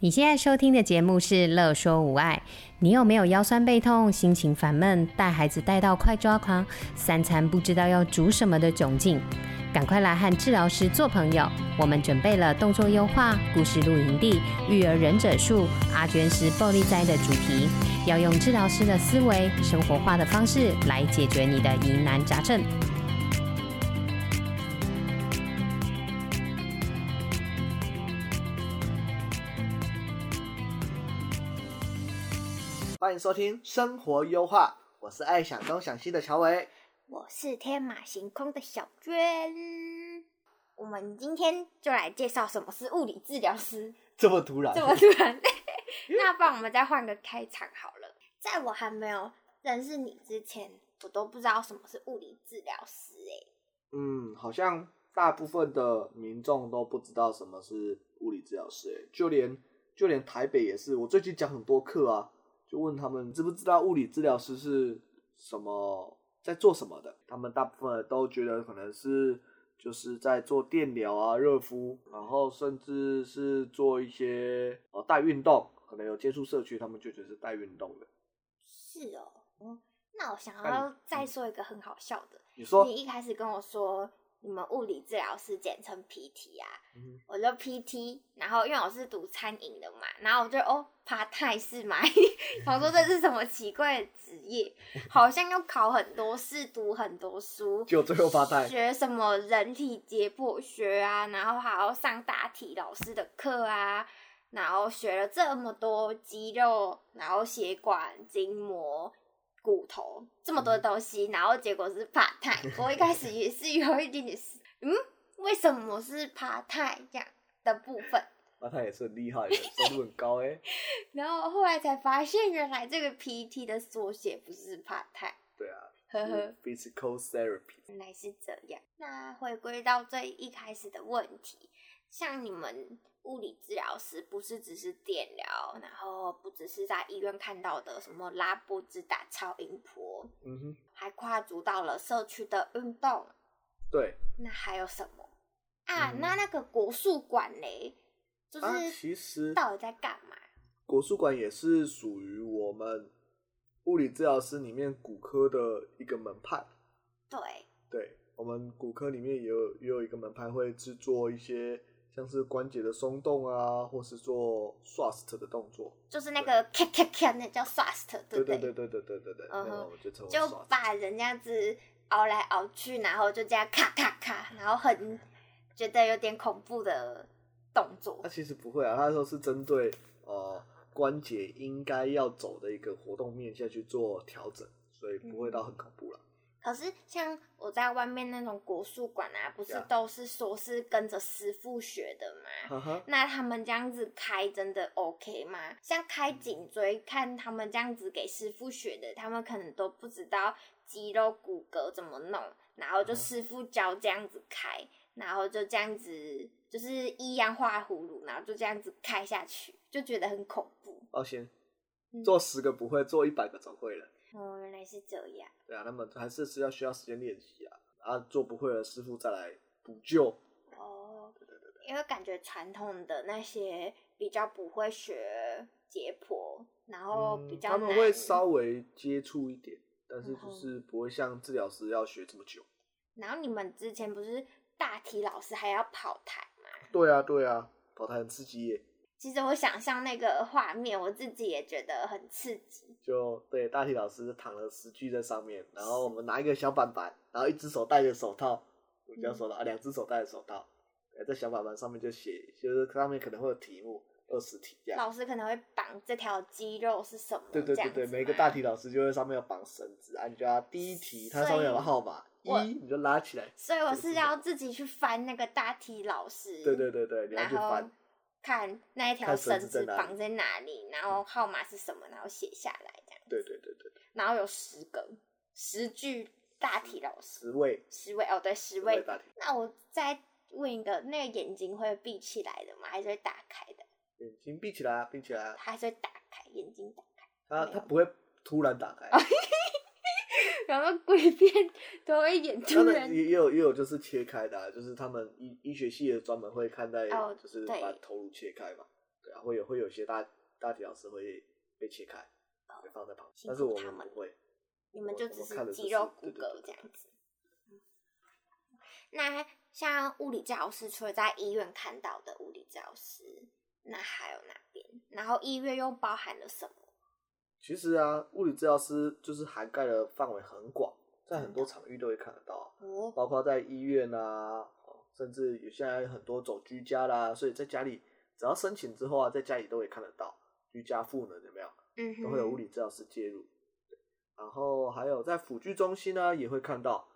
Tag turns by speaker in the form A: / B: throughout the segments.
A: 你现在收听的节目是《乐说无碍》，你有没有腰酸背痛、心情烦闷、带孩子带到快抓狂、三餐不知道要煮什么的窘境？赶快来和治疗师做朋友！我们准备了动作优化、故事露营地、育儿忍者术、阿娟式暴力灾的主题，要用治疗师的思维、生活化的方式来解决你的疑难杂症。
B: 欢迎收听《生活优化》，我是爱想东想西的乔伟。
C: 我是天马行空的小娟。我们今天就来介绍什么是物理治疗师，
B: 这么突然，
C: 这么突然。那不然我们再换个开场好了。在我还没有认识你之前，我都不知道什么是物理治疗师、欸。
B: 嗯，好像大部分的民众都不知道什么是物理治疗师、欸，就连就连台北也是。我最近讲很多课啊，就问他们知不知道物理治疗师是什么，在做什么的。他们大部分都觉得可能是就是在做电疗啊、热敷，然后甚至是做一些哦带运动，可能有接触社区，他们就觉得是带运动的。
C: 是哦，嗯那我想要再说一个很好笑的。
B: 你说
C: 你一开始跟我说你们物理治疗师简称 PT 啊，
B: 嗯
C: 我就 PT，然后因为我是读餐饮的嘛，然后我就哦，爬泰式嘛，想说这是什么奇怪的职业，好像要考很多试，读很多书，
B: 就 最后发呆
C: 学什么人体解剖学啊，然后还要上大体老师的课啊，然后学了这么多肌肉，然后血管、筋膜、骨头这么多
B: 嗯
C: 东西，然后结果是帕泰。我一开始也是有一点点是，嗯，为什么是帕泰这样的部分？
B: 那他也是很厉害的，收入很高哎、
C: 然后后来才发现，原来这个 PT 的缩写不是帕泰，
B: 对啊，
C: 呵呵。
B: physical therapy。
C: 原来是这样。那回归到最一开始的问题，像你们物理治疗师不是只是电疗，然后不只是在医院看到的什么拉布指打超音波，
B: 嗯哼，
C: 还跨足到了社区的运动。
B: 对，
C: 那还有什么啊？
B: 嗯
C: 那那个国术馆嘞，就
B: 啊，
C: 是
B: 其实
C: 到底在干嘛？
B: 国术馆也是属于我们物理治疗师里面骨科的一个门派。
C: 对，
B: 对，我们骨科里面也有也有一个门派会制作一些像是关节的松动啊，或是做 swast 的动作。
C: 就是那个咔咔咔，那叫 fast，对
B: 对
C: 不
B: 对对对对对对对，
C: 嗯哼
B: 那我就称为
C: 就
B: swast
C: 把人这样子熬来熬去，然后就这样咔咔咔，然后很觉得有点恐怖的动作
B: 他。其实不会啊，他那时候是针对呃关节应该要走的一个活动面下去做调整，所以不会到很恐怖了。
C: 可是像我在外面那种国术馆啊，不是
B: 呀
C: 都是说是跟着师傅学的
B: 哈
C: 吗？
B: 哈，
C: 那他们这样子开真的 OK 吗？像开颈椎，看他们这样子给师傅学的，他们可能都不知道肌肉骨骼怎么弄，然后就
B: 嗯
C: 师傅教这样子开，然后就这样子就是一样画葫芦，然后就这样子开下去，就觉得很恐怖。
B: 抱歉
C: 嗯，
B: 做十个不会，做一百个总会了。
C: 哦，原来是这样。
B: 对啊，那么还是是要需要时间练习啊，啊，做不会了，师傅再来补救。
C: 哦，因为感觉传统的那些比较不会学解剖，然后
B: 嗯
C: 哦比较
B: 他
C: 难、
B: 们会稍微接触一点，但是
C: 嗯
B: 就
C: 哼
B: 是不会像治疗师要学这么久。
C: 然后你们之前不是大体老师还要跑台吗？
B: 对啊，对啊，跑台很刺激耶。
C: 其实我想象那个画面，我自己也觉得很刺激。
B: 就对大体老师躺了十具在上面，然后我们拿一个小板板，然后一只手戴着手套，我
C: 嗯
B: 这样说的啊，两只手戴着手套，呃在小板板上面就写，就是上面可能会有题目，二十题这样。
C: 老师可能会绑这条肌肉是什么？
B: 对对
C: 这
B: 对
C: 样
B: 对，
C: 子
B: 每一个
C: 吗
B: 大体老师就会上面有绑绳子啊，你就要第一题，它
C: 所以
B: 上面有个号码
C: 我
B: 一，你就拉起来。
C: 所以我
B: 这个是什
C: 是
B: 么
C: 要自己去翻那个大体老师，
B: 对对对对，你要
C: 然
B: 去翻
C: 后。看那一条
B: 看绳
C: 绳
B: 子在
C: 子
B: 哪里嗯
C: 绑在哪里，然后号码是什么，然后写下来这样。
B: 对对对对，
C: 然后有十个十句大体老师，
B: 十位
C: 十位哦，对，十
B: 十
C: 位
B: 位。大体，
C: 那我再问一个，那个眼睛会闭起来的吗？还是会打开的？
B: 眼睛闭起来啊，闭起来啊，
C: 还是会打开眼睛打开？
B: 它
C: 没有
B: 它不会突然 打开，
C: 然后鬼片都会演
B: 他
C: 突然
B: 们也也有也有就是切开的、啊，就是他们医医学系的专门会看待，
C: 哦
B: 就是
C: 对
B: 把头颅切开嘛。对，啊，会有会有些大大体老师会被切开，会放在旁边，
C: 哦辛
B: 但是
C: 苦
B: 我
C: 他
B: 们
C: 们
B: 不会。
C: 你们
B: 我
C: 就
B: 我
C: 只
B: 们看的
C: 肌
B: 只
C: 肉
B: 是对
C: 骨
B: 对对
C: 骼这样子。那像物理治疗师，除了在医院看到的物理治疗师，那还有哪边？然后医院又包含了什么？
B: 其实啊，物理治疗师就是涵盖的范围很广，在很多场域都会看得到啊、
C: 哦，
B: 包括在医院啊，哦甚至有现在有很多走居家啦，所以在家里只要申请之后啊，在家里都会看得到居家赋能有没有？
C: 嗯哼，
B: 都会有物理治疗师介入。然后还有在辅具中心呢，也会看到，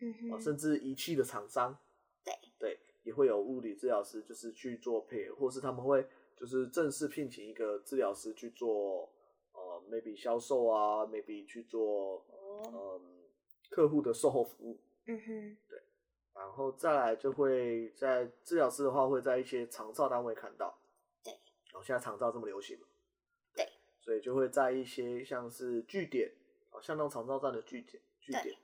C: 嗯
B: 啊，
C: 哼，
B: 甚至仪器的厂商，
C: 对
B: 对，也会有物理治疗师，就是去做配合，或是他们会就是正式聘请一个治疗师去做，呃，maybe 销售啊，maybe 去做，嗯、
C: 哦，
B: 客户的售后服务。
C: 嗯哼，
B: 然后再来就会在治疗师的话，会在一些长照单位看到。
C: 对，
B: 哦，现在长照这么流行嘛。
C: 对，
B: 所以就会在一些像是据点，哦，像那种长照站的据点，据
C: 对
B: 点，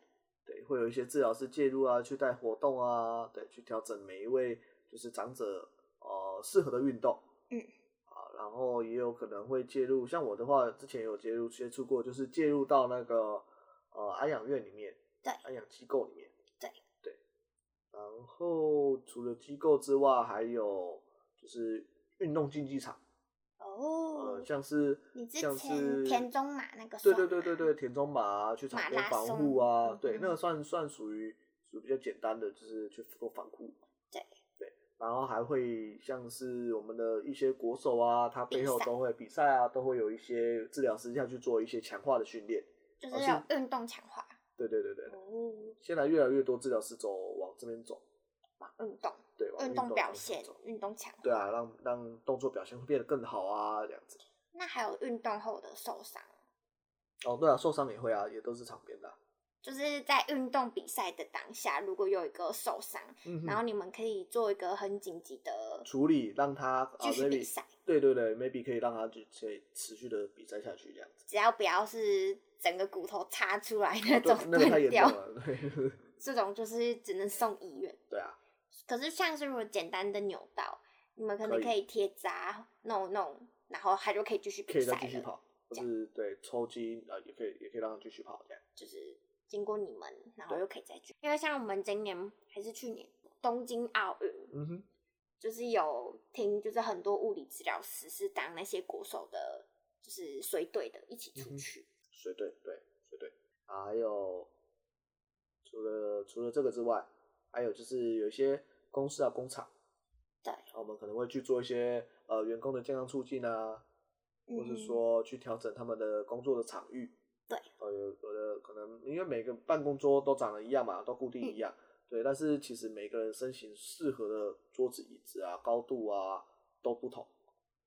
B: 对，会有一些治疗师介入啊，去带活动啊，对，去调整每一位就是长者呃适合的运动。
C: 嗯。
B: 啊，然后也有可能会介入，像我的话，之前有介入接触过，就是介入到那个呃安养院里面，
C: 对
B: 安养机构里面。然后除了机构之外，还有就是运动竞技场，呃，
C: 哦，
B: 像是
C: 你之
B: 像是
C: 前田中马那个
B: 对对
C: 算
B: 对对
C: 吗
B: 对，田中马啊，去场
C: 马
B: 边
C: 拉
B: 防
C: 松
B: 护啊
C: 嗯，
B: 对，那
C: 嗯
B: 个算算属于属于比较简单的，就是去做防护。
C: 对
B: 对，然后还会像是我们的一些国手啊，他
C: 比
B: 背后
C: 赛
B: 都会比赛啊，都会有一些治疗师下去做一些强化的训练。
C: 就是有运动强化
B: 对对对对，对
C: 哦，
B: 现在越来越多治疗师走往这边走，
C: 往运动、
B: 对，往
C: 运
B: 运动
C: 动
B: 方
C: 表
B: 向
C: 现
B: 走、
C: 运动强化。
B: 对啊，让让动作表现会变得更好啊，这样子。
C: 那还有运动后的受伤，
B: 哦，对啊，受伤也会啊，也都是场边的啊、
C: 就是在运动比赛的当下，如果有一个受伤，
B: 嗯哼
C: 然后你们可以做一个很紧急的
B: 处理让他啊
C: 继续比
B: ，maybe
C: 赛，
B: 对对对，maybe 可以让他就可以持续的比赛下去这样子。
C: 只要不要是整个骨头插出来那
B: 哦对
C: 种
B: 那个太
C: 断
B: 严
C: 掉，
B: 重了，对
C: 这种就是只能送医院。
B: 对啊，
C: 可是像是如果简单的扭到，你们可能
B: 可以
C: 可以贴扎弄弄，然后他就可以继续
B: 可
C: 比
B: 以
C: 赛
B: 再继续
C: 了。
B: 跑，或是对抽筋啊，也可以也可以让他继续跑这样。
C: 就是经过你们，然后
B: 对
C: 又可以再去。因为像我们今年还是去年东京奥运，
B: 嗯哼，
C: 就是有听，就是很多物理治疗师是当那些国手的，就是随队的一起
B: 嗯
C: 出去。
B: 水队对水队，啊还有除了除了这个之外，还有就是有一些公司啊工厂，
C: 对，
B: 然后我们可能会去做一些呃员工的健康促进啊，
C: 嗯
B: 或是说去调整他们的工作的场域。
C: 对，
B: 呃，有有的可能因为每个办公桌都长得一样嘛，都固
C: 嗯
B: 定一样，对，但是其实每个人身形适合的桌子、椅子啊、高度啊都不同。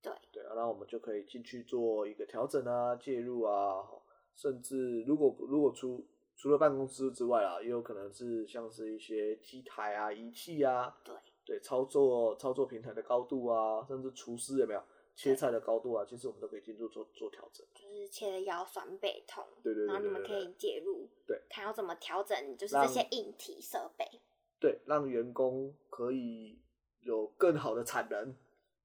C: 对
B: 对啊，那我们就可以进去做一个调整啊、介入啊，吼甚至如果如果除除了办公室之外啊，也有可能是像是一些机台啊、仪器啊，
C: 对
B: 对，操作操作平台的高度啊，甚至厨师有没有切菜的高度啊，其实我们都可以进入做做调整。
C: 就是切了腰酸背痛，
B: 对对对
C: 然后你
B: 对
C: 们
B: 对
C: 可以
B: 对
C: 介入，
B: 对，
C: 看要怎么调整，就是这
B: 让
C: 些硬体设备，
B: 对，让员工可以有更好的产能，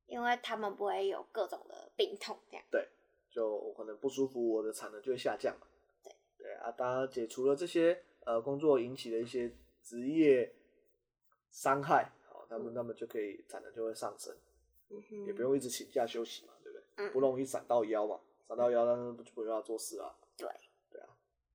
C: 因为他们不会有各种的病痛这样。
B: 就我可能不舒服，我的产能就会下降嘛。
C: 对
B: 对啊，当然解除了这些呃工作引起的一些职业伤害，好、那么
C: 嗯
B: 那么就可以产能就会上升，
C: 嗯哼
B: 也不用一直请假休息嘛，对不对？
C: 嗯
B: 不容易闪到腰嘛，闪到腰，但是不就不用要做事啊。
C: 对
B: 对啊，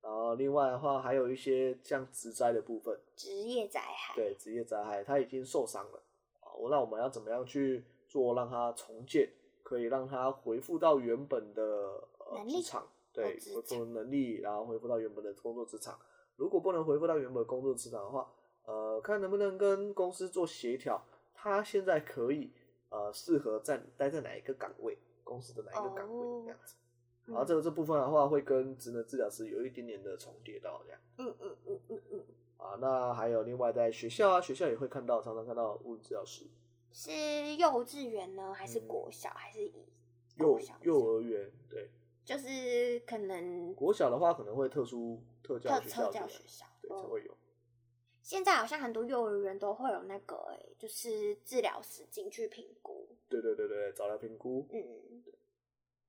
B: 然后另外的话还有一些像职灾的部分，
C: 职业灾害。
B: 对职业灾害，他已经受伤了啊，我那我们要怎么样去做让他重建，可以让他恢复到原本的呃
C: 能力
B: 职场，对，
C: 职
B: 恢复能力，然后恢复到原本的工作职场。如果不能恢复到原本工作职场的话，呃，看能不能跟公司做协调，他现在可以呃适合在待在哪一个岗位，公司的哪一个岗位、
C: 哦
B: 这样子。
C: 嗯，
B: 然后这个这部分的话，会跟职能治疗师有一点点的重叠到这样。
C: 嗯嗯嗯嗯嗯，
B: 啊，那还有另外在学校啊，学校也会看到，常常看到物理治疗师，
C: 是幼稚园呢，还是
B: 嗯
C: 国小，还是以
B: 幼
C: 国小
B: 幼儿园，对，
C: 就是可能
B: 国小的话可能会特殊特教
C: 特
B: 学
C: 特
B: 校
C: 教
B: 这
C: 学
B: 种，
C: 校。
B: 对，才
C: 哦
B: 会有，
C: 现在好像很多幼儿园都会有那个、欸，就是治疗师进去评估，
B: 对对对对，早疗评估
C: 嗯，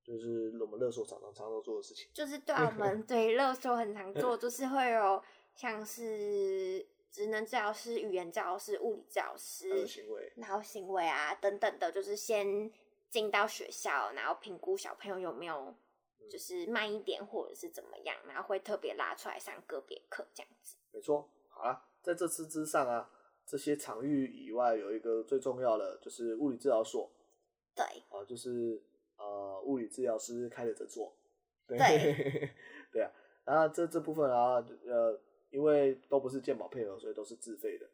B: 就是我们勒索厂商常常做的事情。
C: 就是对啊我们对乐手很常做，就是会有像是职能治疗师、语言治疗师、物理治疗
B: 他的
C: 师，
B: 行为，
C: 然后行为啊等等的，就是先进到学校，然后评估小朋友有没有就是慢一点或者是怎么样，然后会特别拉出来上个别课这样子。
B: 没错。好啦，在这次之上啊，这些场域以外有一个最重要的就是物理治疗所
C: 对，
B: 啊，就是呃物理治疗师开的诊所。对 对啊，然后这这部分啊，呃，因为都不是健保配额，所以都是自费的。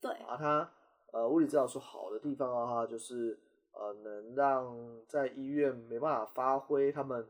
C: 对，
B: 啊，它呃物理治疗所好的地方的话，就是呃能让在医院没办法发挥他们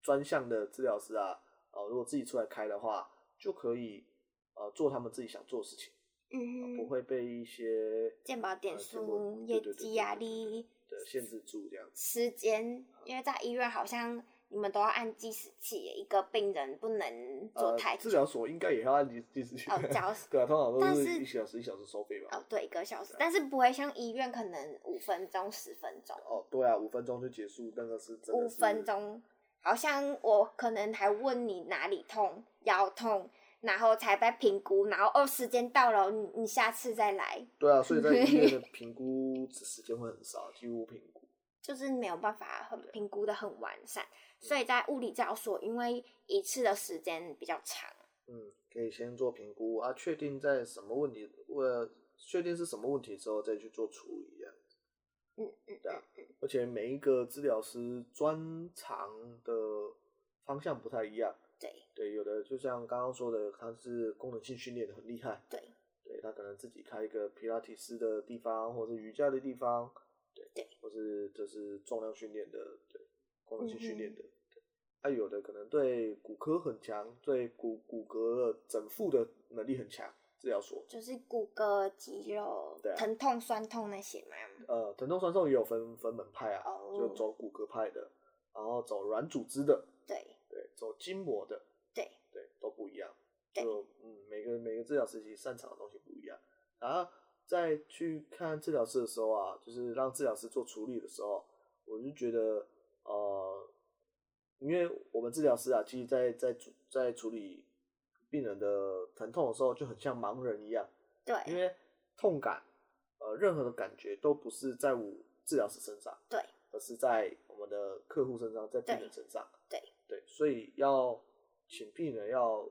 B: 专项的治疗师啊，呃如果自己出来开的话，就可以呃做他们自己想做的事情，
C: 嗯
B: 不会被一些
C: 健保点
B: 呃
C: 数、
B: 健
C: 业
B: 保对对对
C: 绩压
B: 对对对
C: 力、
B: 对限制住这样子。
C: 时间，因为在医院好像你们都要按计时器耶，一个病人不能做
B: 呃
C: 太，
B: 治
C: 久。
B: 疗所应该也要按计计时器，
C: 哦，交
B: 对啊，通常
C: 但
B: 都
C: 是
B: 一小时一小时收费吧
C: 哦。，对，一个小时，但是不会像医院可能五分钟、十分钟，
B: 哦，对啊，五分钟就结束，那个是真的
C: 五
B: 是
C: 分钟，好像我可能还问你哪里痛、腰痛，然后才被评估，然后哦，时间到了，你你下次再来，
B: 对啊，所以在医院 的评估时间会很少，几乎评估。
C: 就是没有办法很评估的很完善，所以在物理治疗所，因为一次的时间比较长，
B: 嗯，可以先做评估啊，确定在什么问题，呃，确定是什么问题之后再去做处理啊。
C: 嗯嗯
B: 对啊，而且每一个治疗师专长的方向不太一样，
C: 对
B: 对，有的就像刚刚说的，他是功能性训练的很厉害，
C: 对
B: 对他可能自己开一个皮拉提斯的地方，或是瑜伽的地方，对，
C: 对
B: 或是就是重量训练的，对，功能性训练
C: 嗯哼
B: 的。对啊，有的可能对骨科很强，对骨骨骼的整复的能力很强，治疗所，
C: 就是骨骼、肌肉、
B: 对啊
C: 疼痛、酸痛那些嘛。
B: 呃，疼痛酸痛也有分分门派啊，
C: 哦
B: 就走骨骼派的，然后走软组织的，
C: 对
B: 对，走筋膜的，
C: 对
B: 对，都不一样。
C: 对
B: 就嗯，每个每个治疗师其实擅长的东西不一样。然后在去看治疗师的时候啊，就是让治疗师做处理的时候，我就觉得呃，因为我们治疗师啊，其实在在处在处理病人的疼痛的时候，就很像盲人一样，因
C: 对
B: 为痛感呃任何的感觉都不是在我治疗师身上，
C: 对，
B: 而是在我们的客户身上，在病人身上。
C: 对
B: 对，所以要请病人要，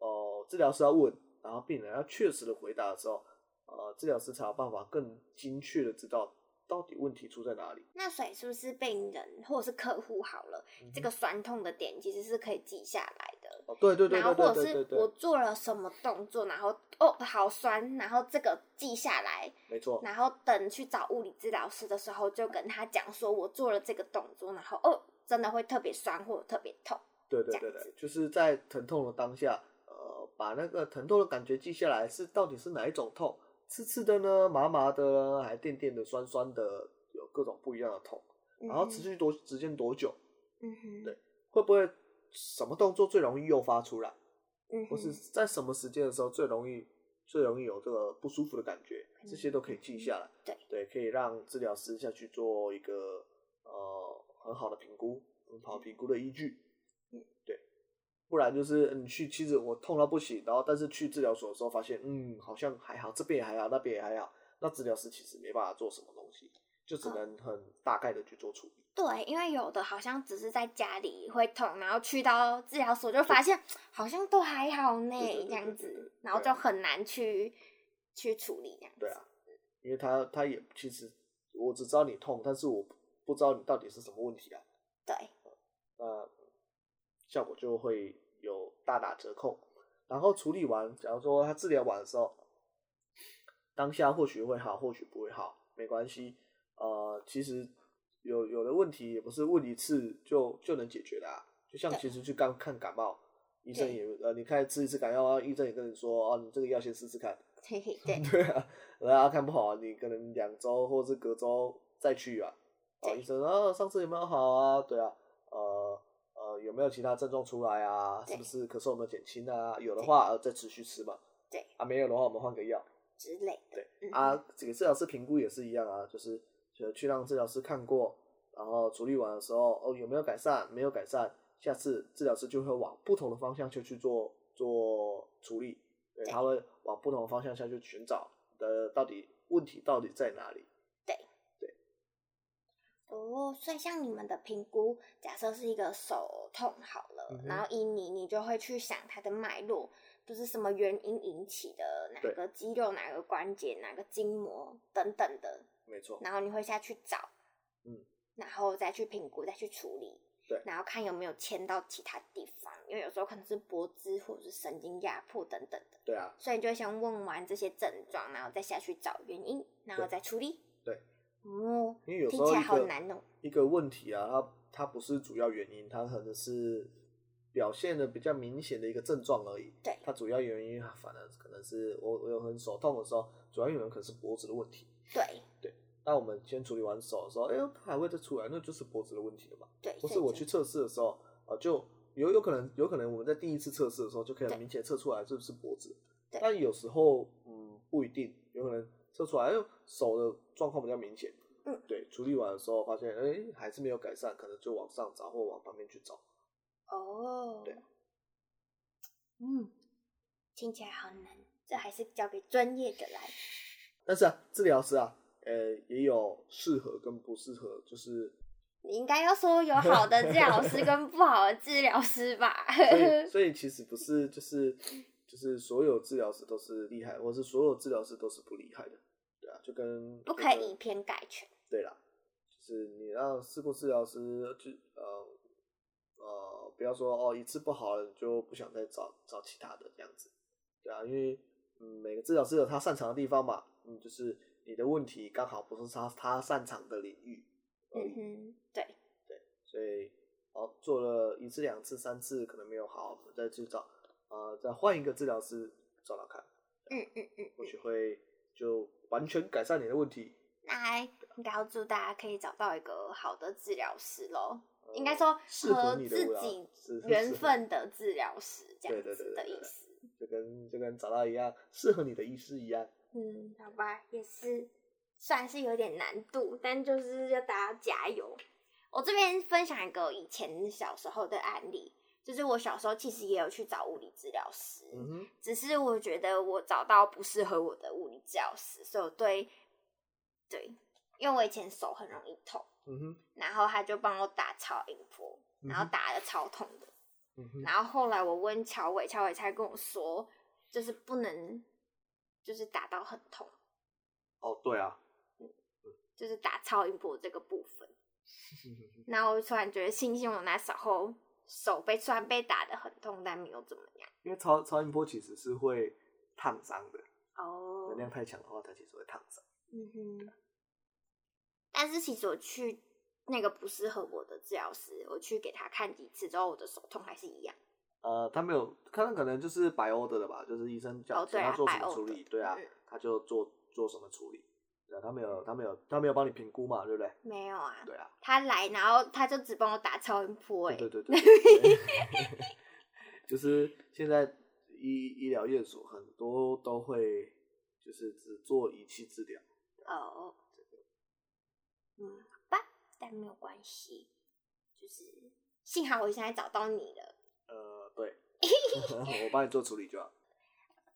B: 呃，治疗师要问，然后病人要确实的回答的时候，呃，治疗师才有办法更精确的知道到底问题出在哪里。
C: 那所以是不是病人或者是客户好了，
B: 嗯
C: 这个酸痛的点其实是可以记下来的。
B: 哦，对对对
C: 然后
B: 对
C: 或
B: 对
C: 者
B: 对对
C: 是我
B: 对，
C: 做了什么动作，然后哦好酸，然后这个记下来，
B: 没错，
C: 然后等去找物理治疗师的时候，就跟他讲说我做了这个动作，然后哦真的会特别酸或者特别痛。
B: 对对
C: 这
B: 对
C: 样子
B: 对，就是在疼痛的当下，呃，把那个疼痛的感觉记下来，是到底是哪一种痛，刺刺的呢，麻麻的呢，还电电的、酸酸的，有各种不一样的痛，然后持续多时间多久，
C: 嗯哼，
B: 对会不会什么动作最容易诱发出来？
C: 嗯哼，
B: 或是在什么时间的时候最容易最容易有这个不舒服的感觉，这些都可以记下来。
C: 对
B: 对，可以让治疗师下去做一个呃很好的评估，很好评估的依据。
C: 嗯，
B: 对，不然就是你去，其实我痛到不行，然后但是去治疗所的时候发现，嗯，好像还好，这边也还好，那边也还好，那治疗师其实没办法做什么东西，就
C: 嗯
B: 只能很大概的去做处理。
C: 对，因为有的好像只是在家里会痛，然后去到治疗所就发现好像都还好
B: 对对
C: 呢，
B: 对
C: 这样
B: 对对对
C: 子，然后
B: 对
C: 就
B: 啊
C: 很难去去处理这样子。
B: 对啊，因为他他也其实我只知道你痛，但是我不知道你到底是什么问题啊。
C: 对，
B: 那效果就会有大打折扣。然后处理完，假如说他治疗完的时候，当下或许会好，或许不会好，没关系。呃，其实有有的问题也不是问一次就就能解决的、啊，就像
C: 对
B: 其实去刚看感冒，医生
C: 对
B: 也呃，你看吃一次感冒，啊医生也跟你说哦，你这个药先试试看。
C: 嘿嘿，对，
B: 对啊， 然后看不好、啊，你可能两周或是隔周再去啊。哦，
C: 对
B: 医生啊，上次有没有好啊？对啊，呃呃，有没有其他症状出来啊？
C: 对
B: 是不是咳嗽有没有减轻啊？有的
C: 对
B: 话，呃，再持续吃嘛。
C: 对
B: 啊，没有的话，我们换个药。
C: 之类的。
B: 对
C: 嗯
B: 啊，这个治疗师评估也是一样啊，就是就去让治疗师看过，然后处理完的时候，哦，有没有改善？没有改善，下次治疗师就会往不同的方向去去做做处理，对，他会往不同的方向下去寻找的到底问题到底在哪里。
C: 哦，所以像你们的评估，假设是一个手痛好了，
B: 嗯哼
C: 然后依你，你就会去想它的脉络，就是什么原因引起的，哪
B: 对
C: 个肌肉、哪个关节、哪个筋膜等等的，
B: 没错，
C: 然后你会下去找，
B: 嗯，
C: 然后再去评估，再去处理，
B: 对
C: 然后看有没有牵到其他地方，因为有时候可能是脖子或者是神经压迫等等的，
B: 对啊，
C: 所以你就会先问完这些症状，然后再下去找原因，然后
B: 对
C: 再处理。
B: 对，
C: 哦，
B: 因为有时
C: 听
B: 候
C: 起来
B: 一
C: 好
B: 个
C: 难哦。
B: 一个问题啊，它它不是主要原因，它可能是表现的比较明显的一个症状而已。
C: 对
B: 它主要原因啊反而可能是我我有很手痛的时候，主要原因可能是脖子的问题。
C: 对
B: 那我们先处理完手的时候，哎呦，它还会再出来，那就是脖子的问题了嘛。
C: 对，
B: 不
C: 所
B: 是
C: 以
B: 我
C: 就
B: 去测试的时候啊、呃就有有可能有可能我们在第一次测试的时候就可以
C: 对
B: 很明显测出来是不是脖子，
C: 对
B: 但有时候嗯不一定，有可能测出来哎呦手的状况比较明显，
C: 嗯，
B: 对，处理完的时候发现哎、还是没有改善，可能就往上找或往旁边去找，
C: 哦，
B: 对，
C: 嗯，听起来好难，这还是交给专业的来。
B: 但是啊治疗师啊，呃也有适合跟不适合，就是
C: 你应该要说有好的治疗师跟不好的治疗师吧？
B: 所以，所以其实不是就是就是所有治疗师都是厉害，或是所有治疗师都是不厉害的，对啊，就跟
C: 不可
B: 就
C: 以
B: 跟
C: 以偏概全。
B: 对啦，就是你让事故治疗师就呃呃，不要说哦一次不好了就不想再找找其他的这样子，对啊，因为嗯每个治疗师有他擅长的地方嘛，嗯就是你的问题刚好不是他他擅长的领域而
C: 嗯
B: 已，
C: 哼，对，
B: 所以哦做了一次两次三次可能没有好，我们再去找呃再换一个治疗师找找看，
C: 嗯嗯嗯。
B: 或许会就完全改善你的问题。
C: 那还应该要祝大家可以找到一个好的治疗师喽，
B: 呃
C: 应该说
B: 适合
C: 和
B: 你的
C: 自
B: 味道
C: 己
B: 是是适
C: 缘
B: 合
C: 分的治疗师这
B: 对
C: 样
B: 对
C: 子
B: 对
C: 的
B: 对
C: 意
B: 对
C: 思。
B: 就跟就跟找到一样适合你的医师一样。
C: 嗯，好吧，也是，算是有点难度，但就是要大家加油。我这边分享一个以前小时候的案例，就是我小时候其实也有去找物理治疗师，
B: 嗯哼，
C: 只是我觉得我找到不适合我的物理治疗师，所以我对对，因为我以前手很容易痛，
B: 嗯哼，
C: 然后他就帮我打超音波，
B: 嗯哼
C: 然后打的超痛的，
B: 嗯哼，
C: 然后后来我问乔伟，乔伟才跟我说，就是不能，就是打到很痛。
B: 哦，对啊，
C: 就是打超音波这个部分。然后我突然觉得庆幸我那时候手被虽然被打的很痛，但没有怎么样。
B: 因为超超音波其实是会烫伤的，
C: 哦
B: 能量太强的话，它其实会烫伤。
C: 嗯哼。但是其实我去那个不适合我的治疗师，我去给他看几次之后，我的手痛还是一样。
B: 呃，他没有，可能可能就是白欧的了吧，就是医生叫
C: 哦
B: 请
C: 对啊
B: 他做什
C: 白欧
B: 么处
C: 的
B: 理，对啊
C: 嗯，
B: 他就做做什么处理，对啊，他没有他没有他没有帮你评估嘛，对不对？
C: 没有啊，
B: 对啊，
C: 他来，然后他就只帮我打超音波、欸，
B: 对对对对，对 就是现在医医疗院所很多都会就是只做仪器治疗。
C: 哦，嗯，好吧，但没有关系，就是幸好我现在找到你了。
B: 呃，对， 我帮你做处理就好。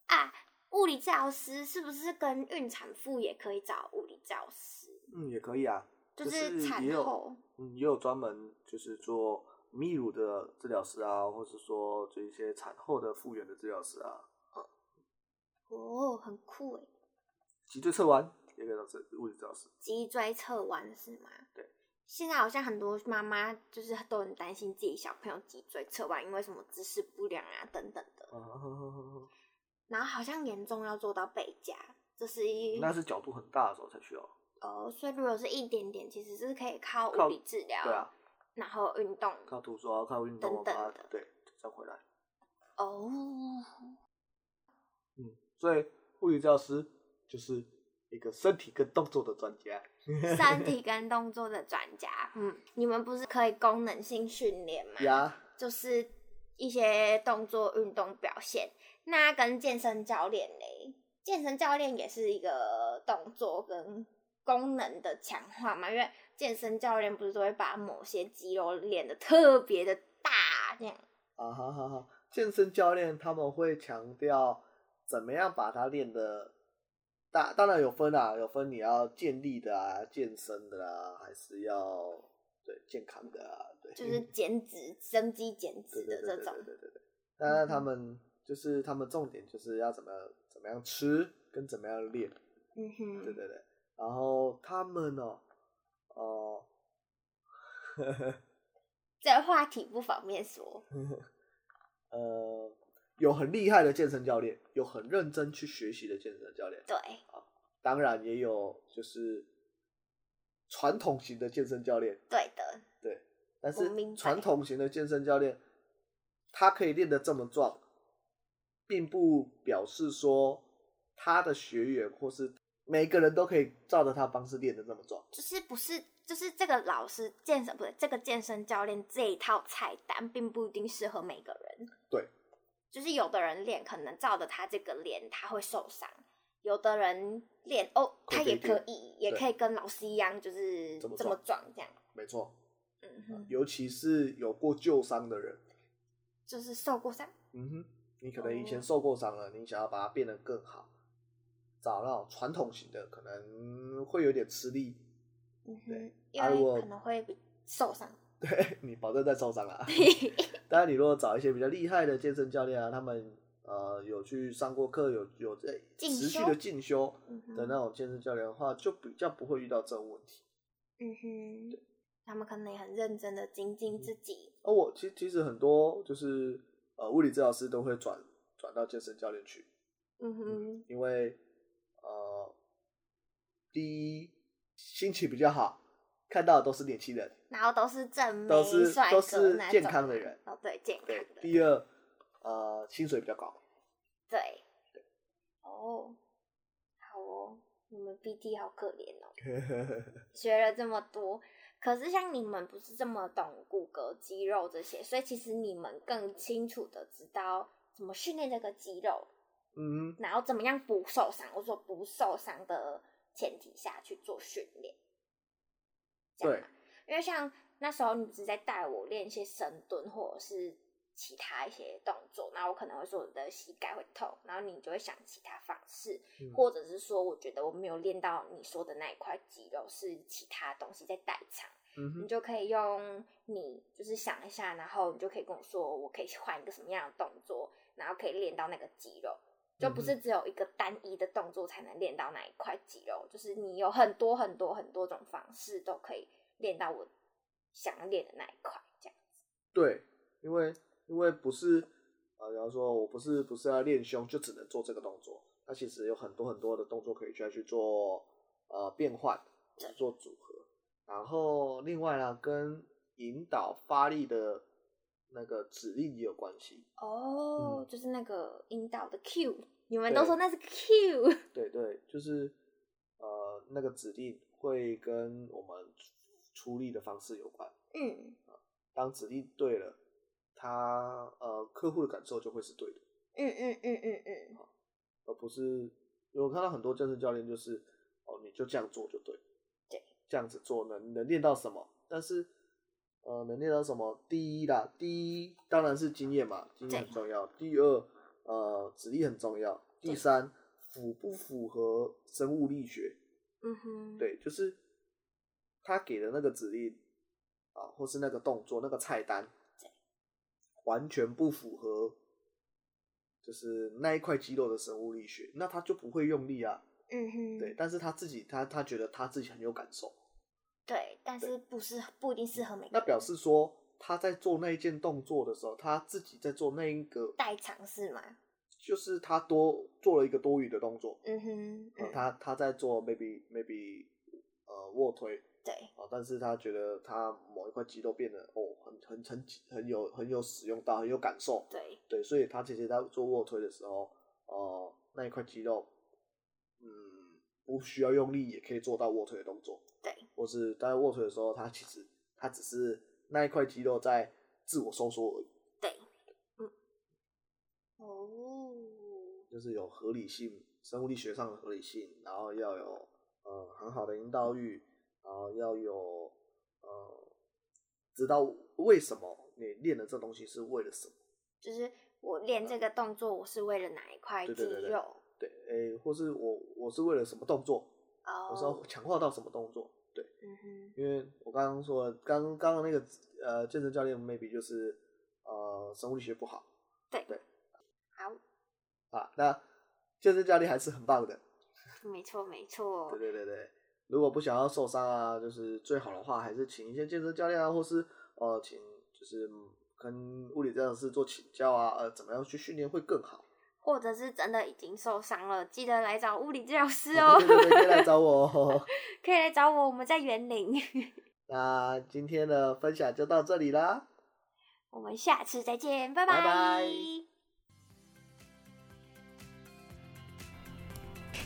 C: 啊，物理治疗师是不是跟孕产妇也可以找物理治疗师？
B: 嗯，也可以啊，
C: 就
B: 就是
C: 是产
B: 也有
C: 后，
B: 嗯，也有专门就是做泌乳的治疗师啊，或是说这一些产后的复原的治疗师啊，
C: 哦，很酷诶，
B: 脊椎侧弯也可以当治物理治疗师。
C: 脊椎侧弯是吗？
B: 对。
C: 现在好像很多妈妈就是都很担心自己小朋友脊椎侧弯，因为什么姿势不良啊等等的，
B: 啊，
C: 然后好像严重要做到背夹，这是一
B: 那是角度很大的时候才需要。
C: 哦，所以如果是一点点，其实是可以靠
B: 靠
C: 物理治疗，
B: 对啊，
C: 然后运动
B: 靠徒手啊，靠运动啊，
C: 等等
B: 把它
C: 的
B: 对，再回来。
C: 哦，
B: 嗯，所以物理治疗师就是一个身体跟动作的专家。
C: 身体跟动作的 专家，嗯，你们不是可以功能性训练吗？
B: 呀，
C: 就是一些动作运动表现。那跟健身教练嘞，健身教练也是一个动作跟功能的强化嘛，因为健身教练不是都会把某些肌肉练得特别的大这样。
B: 啊哈哈哈！健身教练他们会强调怎么样把它练的大，当然有分啊，有分你要健力的啊、健身的啦、还是要对健康的啊，对，
C: 就是减脂、增肌、减脂
B: 对对
C: 的
B: 对
C: 这
B: 对
C: 种
B: 对。对对对。那他们就是他们重点就是要怎么怎么样吃跟怎么样练，
C: 嗯哼，
B: 对对对。然后他们哦，哦、
C: 这话题不方便说。
B: 呃，有很厉害的健身教练，有很认真去学习的健身教练，
C: 对，
B: 当然也有就是传统型的健身教练，
C: 对的，
B: 但
C: 我
B: 是
C: 明白
B: 传统型的健身教练，他可以练得这么壮，并不表示说他的学员或是每个人都可以照着他方式练得这么壮。
C: 就是不是就是这个老师健身不是这个健身教练这一套菜单，并不一定适合每个人。
B: 对，
C: 就是有的人练可能照着他这个练，他会受伤；有的人练哦，
B: 可以
C: 他也
B: 可以
C: 可以，也可以跟老师一样，就是
B: 这么
C: 这么
B: 壮
C: 壮这样。
B: 没错，
C: 嗯哼，
B: 尤其是有过旧伤的人，
C: 就是受过伤。
B: 嗯哼，你可能以前
C: 哦
B: 受过伤了，你想要把它变得更好，找那种传统型的可能会有点吃力，
C: 嗯
B: 对
C: 哼，因
B: 啊如果
C: 为可能会比 受伤。
B: 对你保证在受伤啊 了。当然，你如果找一些比较厉害的健身教练啊，他们呃有去上过课，有有在
C: 进
B: 持续
C: 修
B: 的进修
C: 嗯哼
B: 的那种健身教练的话，就比较不会遇到这种问题。
C: 嗯哼，他们可能也很认真的精
B: 嗯
C: 进自己。
B: 而我其其实很多就是呃物理治疗师都会转转到健身教练去，
C: 嗯哼，
B: 因为呃第一心情比较好，看到的都是年轻人，
C: 然后都是正妹
B: 都是
C: 帅
B: 都
C: 哥
B: 是
C: 那
B: 健
C: 种
B: 康的
C: 嘛
B: 人
C: 哦，对，健康
B: 对
C: 的，，
B: 第二呃薪水比较 高，
C: 对，哦，好哦，你们 BT 好可怜哦，
B: 嗯
C: 学了这么多，可是像你们不是这么懂骨骼肌肉这些，所以其实你们更清楚的知道怎么训练这个肌肉，
B: 嗯哼。
C: 然后怎么样不受伤。我说不受伤的前提下去做训练，这样
B: 对
C: 嘛因为像那时候你只是在带我练一些深蹲或者是其他一些动作，那我可能会说我的膝盖会痛，然后你就会想其他方式，
B: 嗯
C: 或者是说我觉得我没有练到你说的那一块肌肉，是其他东西在代偿。
B: 嗯哼
C: 你就可以用你就是想一下，然后你就可以跟我说，我可以换一个什么样的动作，然后可以练到那个肌肉，就不是只有一个单一的动作才能练到那一块肌肉，就是你有很多很多很多种方式都可以练到我想要练的那一块，这样。
B: 对，因为因为不是呃，比方说我不是不是要练胸，就只能做这个动作。它其实有很多很多的动作可以去去做呃变换，或是做组合。然后另外呢，跟引导发力的那个指令也有关系。
C: 哦，就是那个引导的 Q，你们
B: 对
C: 都说那是 Q，
B: 对对，就是呃那个指令会跟我们出出力的方式有关。
C: 嗯
B: 当指令对了，他呃客户的感受就会是对的。
C: 嗯嗯嗯嗯嗯，
B: 而不是我看到很多健身教练就是哦，你就这样做就对，
C: 对，
B: 这样子做能能练到什么？但是呃，能练到什么？第一啦，第一当然是经验嘛，经验很
C: 对
B: 重要。第二，呃，指力很重要。第
C: 对
B: 三，符不符合生物力学？
C: 嗯哼，，
B: 对，就是他给的那个指令啊，或是那个动作、那个菜单，完全不符合，就是那一块肌肉的生物力学，那他就不会用力啊。
C: 嗯哼，
B: 对，但是他自己，他他觉得他自己很有感受，
C: 对，但是不是不一定适合每个
B: 那
C: 人
B: 表示说他在做那一件动作的时候，他自己在做那一个，
C: 代偿是吗？
B: 就是他多做了一个多余的动作，
C: 嗯哼，
B: 呃
C: 嗯
B: 他他在做 maybe maybe 呃卧推，
C: 对，
B: 啊，但是他觉得他某一块肌肉变得哦，很很很很有很有使用到，很有感受，
C: 对，
B: 对，所以他其实在做卧推的时候，哦、那一块肌肉，嗯，不需要用力也可以做到卧推的动作，
C: 对，
B: 或是在卧推的时候，他其实他只是那一块肌肉在自我收缩而已，
C: 哦，
B: 哦就是有合理性，生物力学上的合理性，然后要有呃很好的引导语，然后要有呃知道为什么你练的这东西是为了什么。
C: 就是我练这个动作，我是为了哪一
B: 嗯
C: 块
B: 对
C: 肌
B: 对对对
C: 肉？
B: 对，诶、或是我我是为了什么动作，我是要
C: 哦，
B: 强化到什么动作？对，
C: 嗯哼，
B: 因为我刚刚说，刚刚刚那个呃健身教练 maybe 就是呃生物力学不好
C: 对
B: 对，
C: 好，
B: 啊，那健身教练还是很棒的。
C: 没错没错
B: 对，对对对，如果不想要受伤啊，就是最好的话还是请一些健身教练啊，或是呃请就是跟物理治疗师做请教啊，呃怎么样去训练会更好。
C: 或者是真的已经受伤了，记得来找物理治疗师
B: 啊
C: 哦，
B: 对对对，可以来找我哦。
C: 可以来找我，我们在园林，
B: 那今天的分享就到这里啦。
C: 我们下次再见，
B: 拜
C: 拜
B: 拜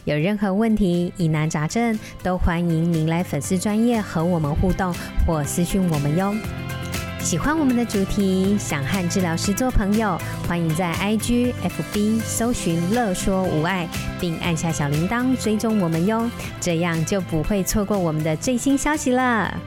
A: 有任何问题、疑难杂症，都欢迎您来粉丝专业和我们互动或私讯我们哟。喜欢我们的主题，想和治疗师做朋友，欢迎在 IG、FB 搜寻“乐说无碍”，并按下小铃铛追踪我们哟，这样就不会错过我们的最新消息了。